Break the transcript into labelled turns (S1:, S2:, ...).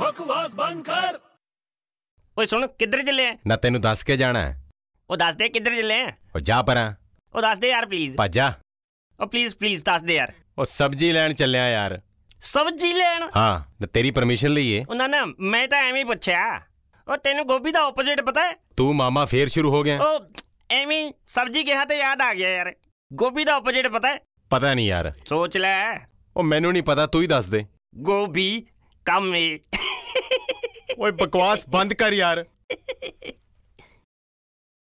S1: ਬਕਵਾਸ ਬੰਦ ਕਰ
S2: ਓਏ ਸੁਣ ਕਿੱਧਰ ਚੱਲੇ ਆ
S3: ਨਾ ਤੈਨੂੰ ਦੱਸ ਕੇ ਜਾਣਾ ਹੈ
S2: ਉਹ ਦੱਸ ਦੇ ਕਿੱਧਰ ਚੱਲੇ ਆ
S3: ਉਹ ਜਾ ਪਰਾਂ
S2: ਉਹ ਦੱਸ ਦੇ ਯਾਰ ਪਲੀਜ਼
S3: ਭਾਜਾ
S2: ਉਹ ਪਲੀਜ਼ ਪਲੀਜ਼ ਦੱਸ ਦੇ ਯਾਰ
S3: ਉਹ ਸਬਜ਼ੀ ਲੈਣ ਚੱਲਿਆ ਯਾਰ
S2: ਸਬਜ਼ੀ ਲੈਣ
S3: ਹਾਂ ਨਾ ਤੇਰੀ ਪਰਮਿਸ਼ਨ ਲਈਏ
S2: ਉਹਨਾਂ ਨਾ ਮੈਂ ਤਾਂ ਐਵੇਂ ਹੀ ਪੁੱਛਿਆ ਉਹ ਤੈਨੂੰ ਗੋਭੀ ਦਾ ਆਪੋਜ਼ਿਟ ਪਤਾ ਹੈ
S3: ਤੂੰ ਮਾਮਾ ਫੇਰ ਸ਼ੁਰੂ ਹੋ ਗਿਆ
S2: ਉਹ ਐਵੇਂ ਹੀ ਸਬਜ਼ੀ ਕਿਹਾ ਤੇ ਯਾਦ ਆ ਗਿਆ ਯਾਰ ਗੋਭੀ ਦਾ ਆਪੋਜ਼ਿਟ ਪਤਾ ਹੈ
S3: ਪਤਾ ਨਹੀਂ ਯਾਰ
S2: ਸੋਚ ਲੈ
S3: ਉਹ ਮੈਨੂੰ ਨਹੀਂ ਪਤਾ ਤੂੰ ਹੀ ਦੱਸ ਦੇ
S2: ਗੋਭੀ ਕੰਮ ਏ
S3: ਓਏ ਬਕਵਾਸ ਬੰਦ ਕਰ ਯਾਰ